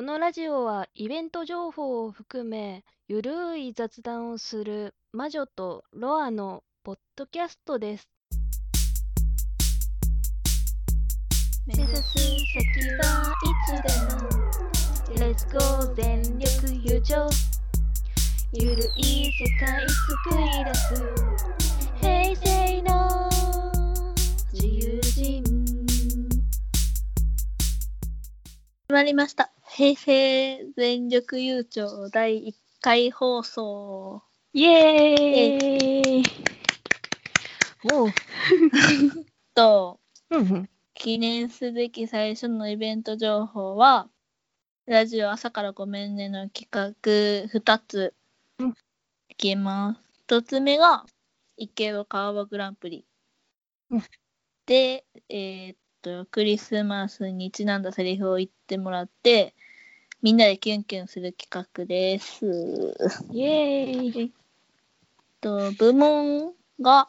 のラジオはイベント情報を含め、ゆるい雑談をする魔女とロアのポッドキャストです。目指す先はいつでも、レッツゴー全力友情。ゆるい世界作り出す、平成の自由人。始まりました。平成全力悠長第1回放送。イエーイおう。と、うん記念すべき最初のイベント情報は、ラジオ朝からごめんねの企画2つうんいきます。1つ目が、池尾川場グランプリうん。で、えーっと、クリスマスにちなんだセリフを言ってもらって、みんなでキュンキュンする企画です。うん。イエーイえっと、部門が、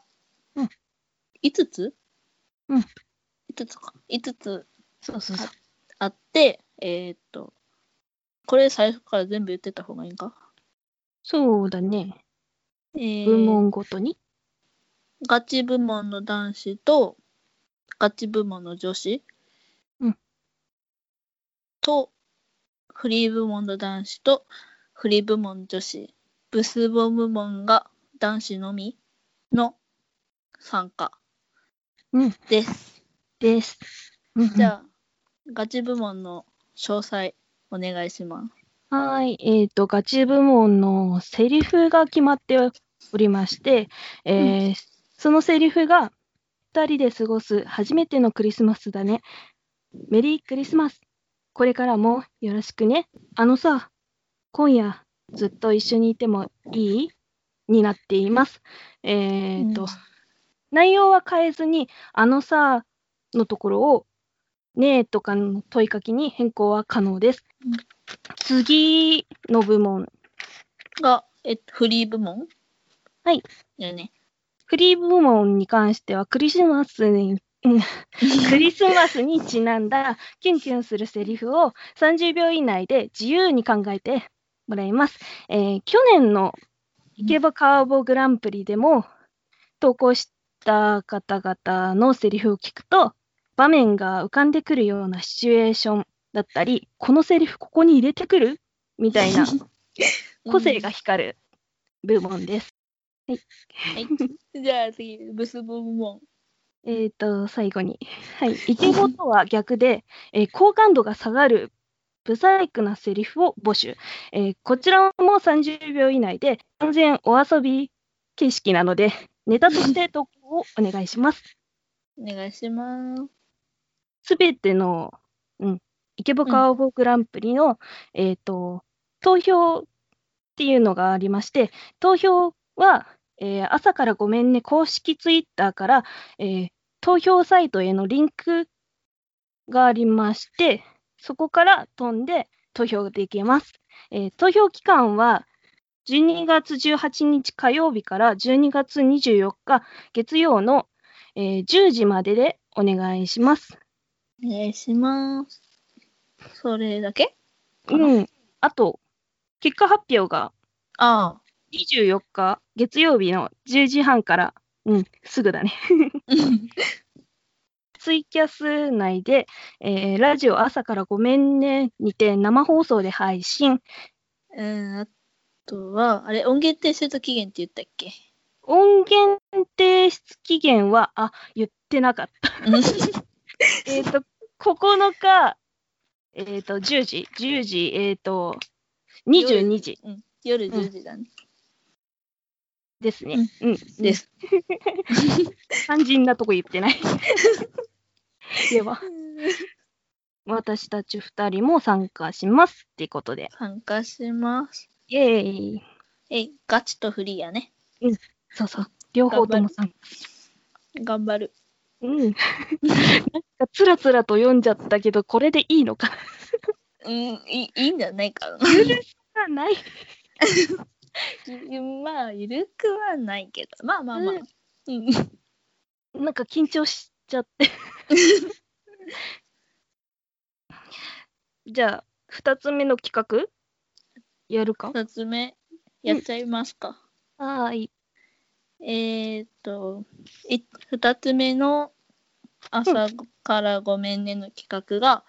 うん5つうん。 5つか。5つそうそうそう。あって、えーっと、これ最初から全部言ってた方がいいんかそうだね。えー部門ごとに。ガチ部門の男子と、ガチ部門の女子。うんと、フリー部門の男子と、フリー部門女子。ブスボ部門が男子のみの参加うんです。です。じゃあ、ガチ部門の詳細お願いします。あ。はーい。えっ、と、ガチ部門のセリフが決まっておりまして、えーそのセリフが、二人で過ごす初めてのクリスマスだね。メリークリスマス。これからもよろしくね。あのさ、今夜ずっと一緒にいてもいいになっています。えっ、と、内容は変えずに、あのさのところを、ねえとかの問いかけに変更は可能です。うん次の部門、が、えっと、フリー部門はい。だよね。フリー部門に関してはクリスマスに、うんクリスマスにちなんだキュンキュンするセリフを30秒以内で自由に考えてもらいます。えー去年の池場カーボグランプリでも投稿した方々のセリフを聞くと場面が浮かんでくるようなシチュエーションだったりこのセリフここに入れてくるみたい な個性が光る部門です。うん。じゃあ次、ブスボ部門。えっ、と最後に、はい、イケボとは逆で、えー好感度が下がるブサイクなセリフを募集、えーこちらも30秒以内で完全お遊び形式なのでネタとして投稿をお願いします。お願いします。すべての、うん、池袋カーボグランプリの、えっ、と、投票っていうのがありまして、投票は、えー朝からごめんね公式ツイッターから、えー投票サイトへのリンクがありまして、そこから飛んで投票できます。えー投票期間は12月18日火曜日から12月24日月曜の、えー10時まででお願いします。お願いします。それだけかなうん。あと、結果発表があ24日月曜日の10時半から、うん、すぐだ ね。あ。ツイキャス内で、えーラジオ朝からごめんねにて生放送で配信。うん、あとは、あれ、音源提出期限って言ったっ け音源提出期限は、あ、言ってなかった。えっと、9日、えっ、と、10時、10時、えっ、と、22時うん夜10時だね。ですね。うん。です。肝心なとこ言って ない。では。私たち2人も参加しますってことで。参加します。イエーイ。えい、ガチとフリーやね。そうそう。両方とも参加。頑張る。うん。なんかつらつらと読んじゃったけど、これでいいのかうん、いいいいんじゃないかな。なない。まあ、ゆるくはないけど。まあまあまあ。うん。なんか緊張し ちゃって。じゃあ、 2つ目の企画やるか二つ目、やっちゃいますか。はーい。えーっと、い二つ目の朝からごめんねの企画が、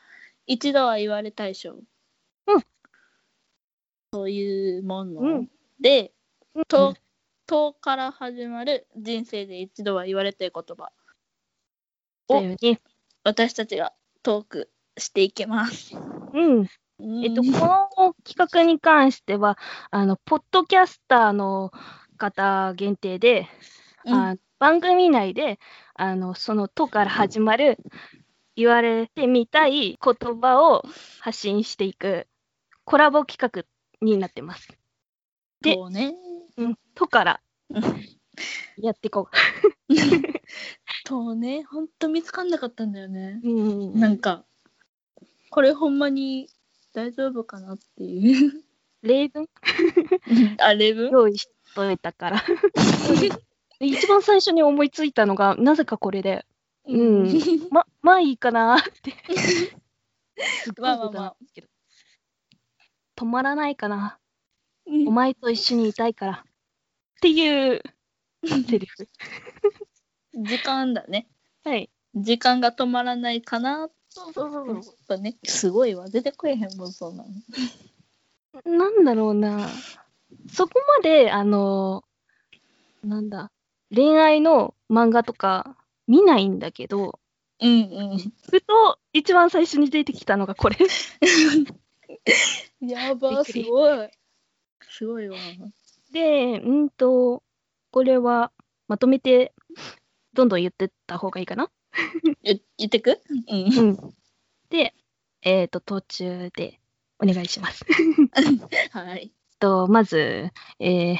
一度は言われたいしょ。うん。そういうもの、うんで、うとん、とから始まる人生で一度は言われたい言葉。だよね。私たちがトークしていきます。うん。えっと、この企画に関しては、あの、ポッドキャスターの方限定で、うんあ番組内で、あの、その、とから始まる、言われてみたい言葉を発信していくコラボ企画になってます。でそうね。うん、とからうんやっていこそうね。ほんと見つかんなかったんだよね。う。うんなんか、これほんまに大丈夫かなっていう。例文あ、例文用意しといた から。一番最初に思いついたのが、なぜかこれで、うんま、まあいいかな って。すっごいことなんですけど。止まらないかな。お前と一緒にいたいから。っていうセリフ。時間だね。 はい。時間が止まらないかなそうそうそとかね。すごいわ。出てこえへんもん、そうなの。なんだろうな。そこまで、あの、なんだ、恋愛の漫画とか見ないんだけど、うんふと一番最初に出てきたのがこれ。うん。びっやば、くすりごい。すごいわ。で、うんと、これはまとめて、どんどん言ってった方がいいかな。え言ってくうん。うん。で、えっ、と、途中でお願いします。はい。えっと、まず、えー、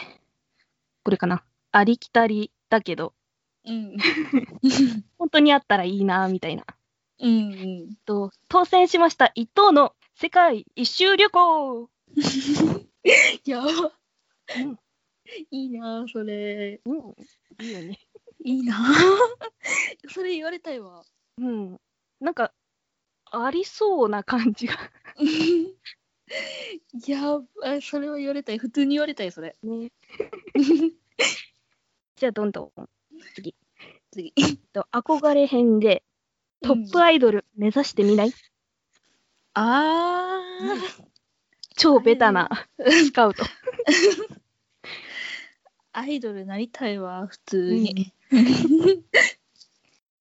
これかな。ありきたりだけど、うん。本当にあったらいいな、みたいな。えっうんうん。と、当選しました一等の世界一周旅行やば。うんいいなあそれ。うん。いいよね。いいなあ それ言われたいわ。うん。なんか、ありそうな感じが。やばそれは言われたい。普通に言われたい、それ。ね。 じゃあ、どんどん。次。えっと、憧れ編で、トップアイドル目指してみない、あ超ベタなスカウト。あ、アイドルなりたいわ、普通に。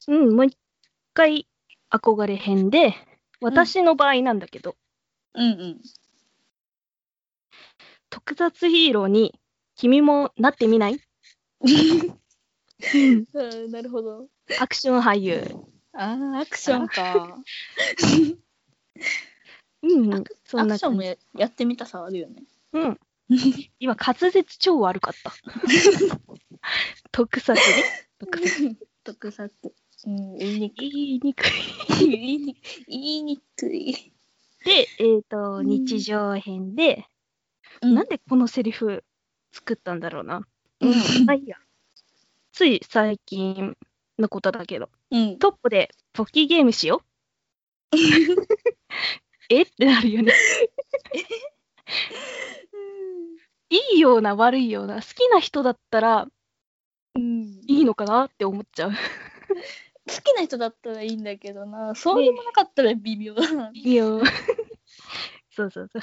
うん、もう一回憧れ編で、私の場合なんだけど、うんうん。特撮ヒーローに君もなってみないうん、なるほど。アクション俳優。ああ、アクションか。うん、アそアんクなション感もじ。ややってみたさあるよね。うん。 今、滑舌超悪か った。特撮ね。特撮。特撮。うん、言いにくい。言いにくい。言いに言いにくい。で、えっ、と、うん日常編で、なんでこのセリフ作ったんだろうな。うんまあいいや。つい最近のことだけど、うん。トップでポッキーゲームしよ う。えってなるよね。いいような悪いような、好きな人だったらうんいいのかなって思っちゃう。好きな人だったらいいんだけどな、そうでもなかったら微妙だな。いいよ。 そうそうそう。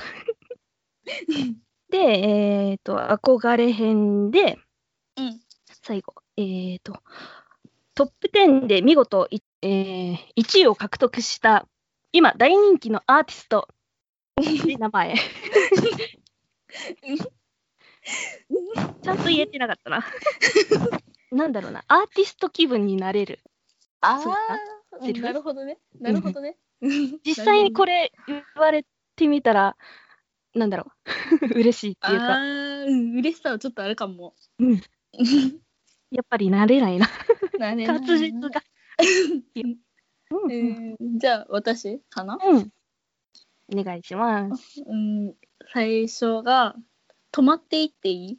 で、えっ、と、憧れ編で、うん。最後、えっ、と、トップ10で見事、いえー1位を獲得した、今大人気のアーティスト、で名前。ちゃんと言えてなかったな。なんだろうな、アーティスト気分になれる。あそうかあ、うセんリフなるほどね。なるほどね。実際にこれれ言われてみたら、なんだろう、 嬉しいっていうあか、あ、うん嬉しさはちょっとあるかも。うんやっぱり慣れないな、なれな滑いな舌が。うんえうんーじゃあ私かなうんお願いします。うん、最初が、泊まっていっていい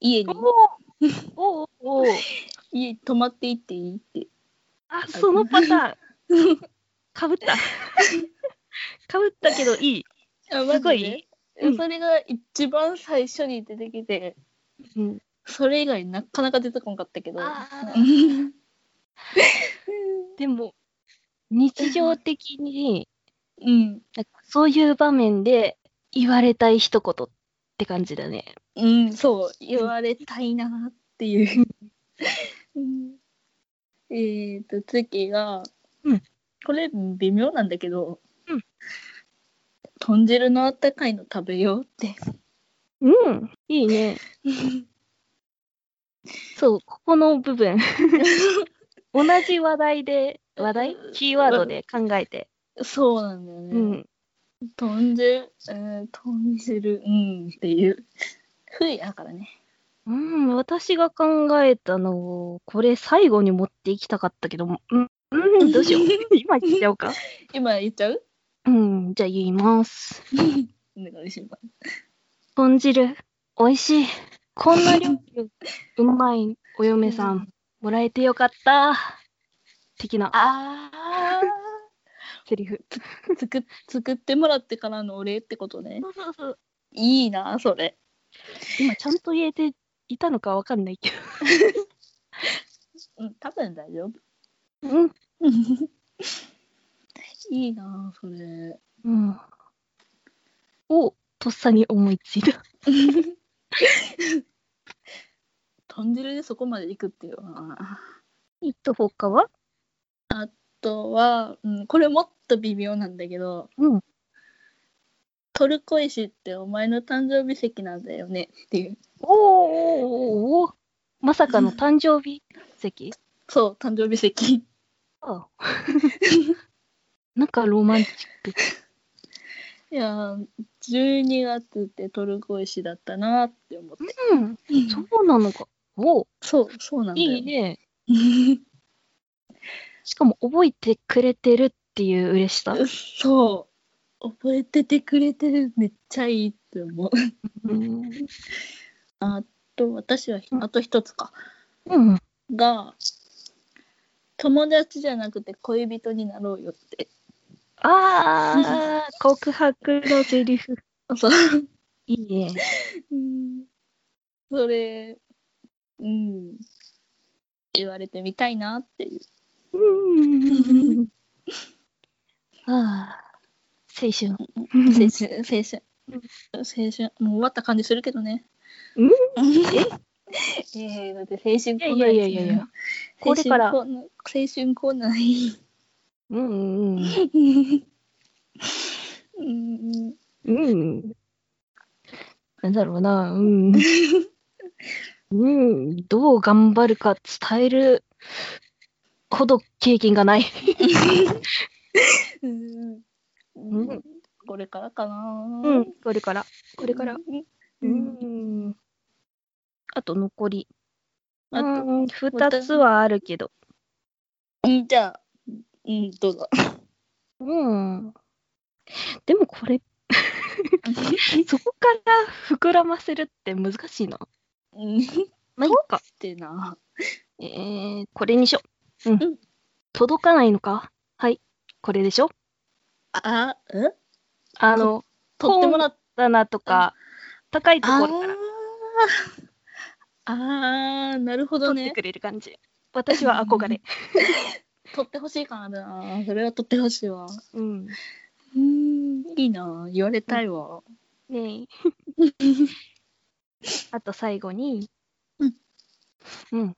家におおおお家に泊まっていっていいって。あそ のパターン。かぶった。かぶったけどいい。やすごいマジでうんそれが一番最初に出てきて、うん、それ以外なかなか出てこなかったけど。あうーん でも日常的にうん。なんかそういう場面で言われたい一言って感じだね。うん、そう、言われたいなっていう。うんえっと、次が、うんこれ微妙なんだけど、うん豚汁のあったかいの食べようって。うん、いいね。 そう、ここの部 分。同じ話題で、話題キーワードで考えて。そうなんだようね。ん。豚汁、うん、豚汁、うんっていう。冬やからね。うん、私が考えたのを、これ最後に持っていきたかったけど、うん、うん、どうし よう。今言っちゃおうか。今言っちゃううん、じゃあ言います。お願いします。豚汁、美味しい。こんな料理、うまいお嫁さん、もらえてよかった。的なああ。セリフ。作っ作ってもらってからのお礼ってことね。そうそうそう。いいな、それ。今ちゃんと言えていたのかわかんないけうん、多分大丈夫。ど。うん。いいな、それ。うん。を、とっさに思いついた。豚汁でそこまで行くっていうのは。えっと、他はあとは、うん、これもっと微妙なんだけど、うん。トルコ石ってお前の誕生日石なんだよねっていう。おおまさかの誕生日席そう、誕生日石。ああなんかロマンチック。いやー、12月ってトルコ石だったなって思って。うん。そうなのか。おおそう、そうなんだよ。いいね。しかも覚えてくれてるっていう嬉しさ。そう。覚えててくれてる。めっちゃいいって思う。うん。あと、私はひ、あと一つか。うん。が、友達じゃなくて恋人になろうよって。ああ、告白のセリフ。そう。いいね。うんそれ、うん。言われてみたいなっていう。うん。ああ、青春。青春、青春。青春。もう終わった感じするけどね。うんええー、だって青春コーナいやーいやいやいやいやこれから青春コーナー青春コーナーうんうんうん。うんうん。なんだろうな、うん。うん、どう頑張るか伝えるほど経験がない。うんんうんこれからかな。うん、これから。これから。う。うんん。あと残り。あとうん、2つはあるけど。うん、じゃあ、うん、どうぞ。うん。でもこれ、そこから膨らませるって難しいな。うん。っまあ、いいか。てな。えー、これにしよう。うん。うん届かないのかはい。これでしょあ、えあの、取ってもらっだなとか、高いところからあーあー、なるほど取ってね。くれる感じ。私は憧れ。取ってほしい感あるな。それは取ってほしいわ。うん。うん、いいな。言われたいわ。ねえ。あと最後に、うん。うん。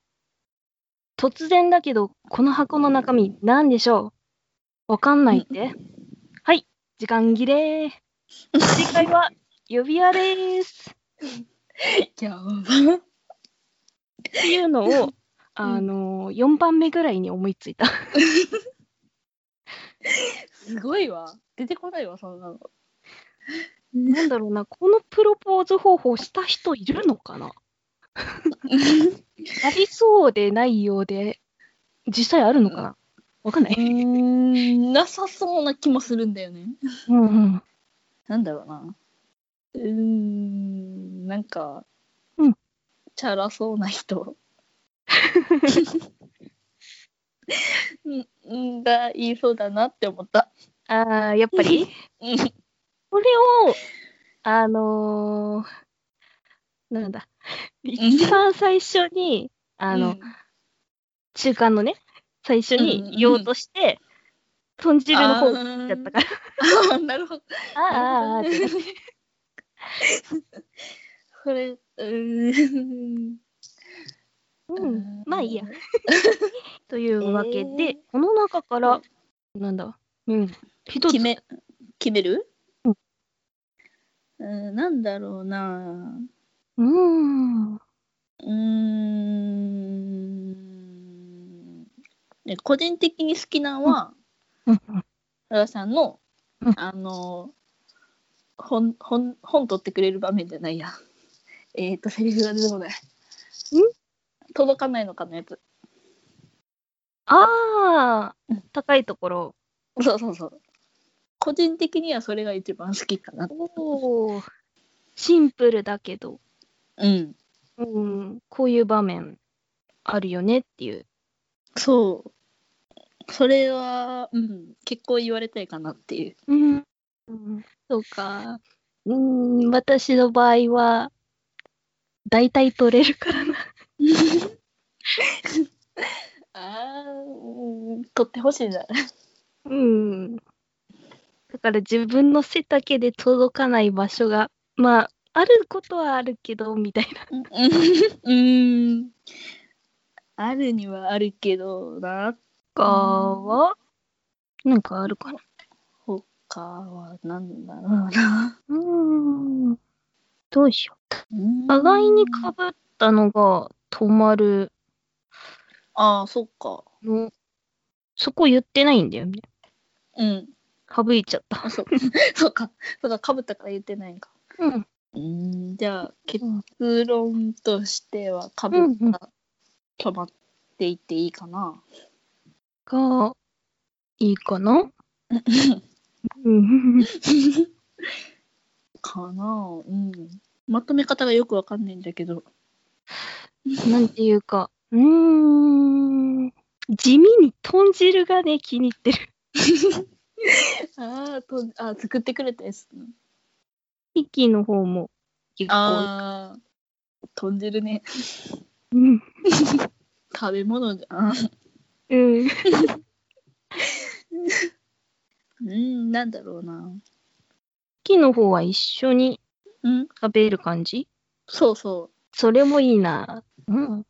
突然だけど、この箱の中身、なんでしょうわかんないって。はい、時間切れ。正解は、指輪です。やば。っていうのを、あの、4番目ぐらいに思いついた。すごいわ。出てこないわ、そんな の。なんだろうな、このプロポーズ方法した人いるのか なありそうでないようで、実際あるのかなわかんなうい。ん、 なさそうな気もするんだよね。うんうん。なんだろうな。うーん、なんか、うんチャラそうな人。うん、うんだ、言いそうだなって思った。 ああ、やっぱりうんこれを、あのーなんだ、一番最初に、あの、うん中間のね、最初に言おうとして、豚汁の方だったから、あーなるほど。 ああー、あーあーって これ、うーん。うん、まあい いや。というわけで、この中から、なんだ、うん、一つ決、め、決めるうんうん、なんだろうなうーん、うーん。ね個人的に好きなのは、うん浦、さんのうん、あの、本、本、本取ってくれる場面じゃないや。 えっ、と、セリフが出てこない。届かないのかのやつ。ああうん、高いところ。そうそうそう。個人的にはそれが一番好きかな。おお、シンプルだけど、うん。うん、こういう場面あるよねっていう。そう。それは、うん、結構言われたいかなっていう。うん、そうか。うん、私の場合は、大体取れるからな。ああ、取ってほしいな。うん。だから自分の背丈で届かない場所が、まあ、あることはあるけど、みたいな。うーん。あるにはあるけどな。他は、なんかあるかな。他はなんだろう な。うん。どうしよう。うーん互いにかぶったのが止まるああ、そっか。の。そこ言ってないんだよね。うん。 省いちゃった。あ、そう。そうか。そうだ、かぶったから言ってないんか。うん。うーん。じゃあ、結うん結論としては、かぶうんうんった、止まっていっていいかな。が、いいかなうん。かなうん。まとめ方がよくわかんないんだけど。なんていうか、うーん。地味に豚汁がね、気に入ってる。ああ、と、あー作ってくれたやつ。ヒキの方も結構。ああ、 豚汁ね。うん。食べ物じゃん。うん。うん、なんだろうな。キの方は一緒にうん、食べる感じそうそそれもいいな。うん。う。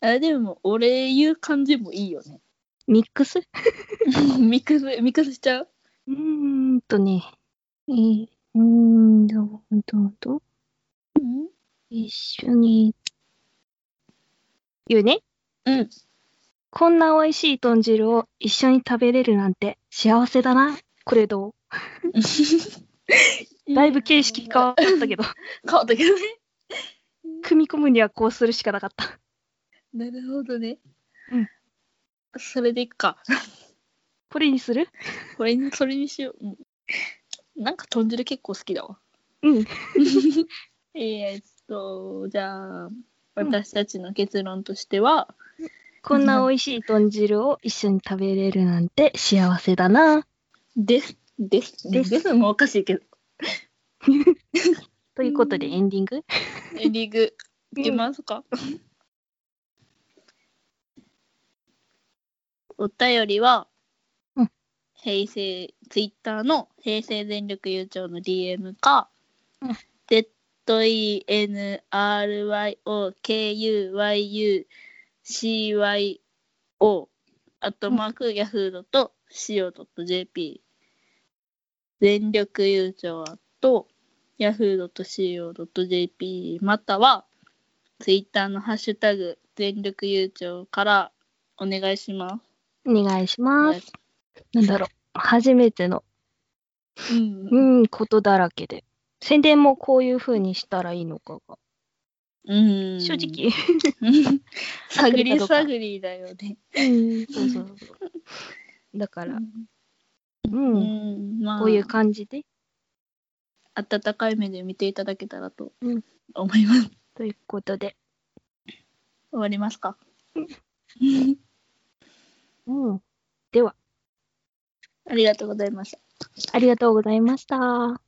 あでも、俺言う感じもいいよね。 ミックスミックス、ミックスしちゃううーんとね。えー、うーんと、どうどうどううん。一緒に。言うね。うん。こんな美味しい豚汁を一緒に食べれるなんて幸せだな。これどうだいぶ形式変わったけ ど、変わったけどね。組み込むにはこうするしかなかった。なるほどね。うん。それでいくか。これにするこれに、それにしよう。うんなんか豚汁結構好きだわ。うん。 えーっと、じゃあ、私たちの結論としては、こんな美味しい豚汁を一緒に食べれるなんて幸せだな。です、です、ですですもおかしいけ ど。ということでエンディングエンディング、いきますか。 お便りうは、ん平成、ツイッターの平成全力悠長の DM か、うん ZENRYOKUYUCYO アットマーク Yahoo.co.jp 全力悠長と、yahoo.co.jp または Twitter のハッシュタグ全力悠長からお願いしまお願いします。す。なんだろう、初めての、うん、うん、ことだらけで。宣伝もこういう風にしたらいいのかが。うん、正直。うん探合ってるかりどうか探りだよね。うん、そうそうそう。だから、うん、うん、まあこういう感じで。温かい目で見ていただけたらとうん思います。ということで、終わりますか。 うん、では、ありがとうございました。ありがとうございました。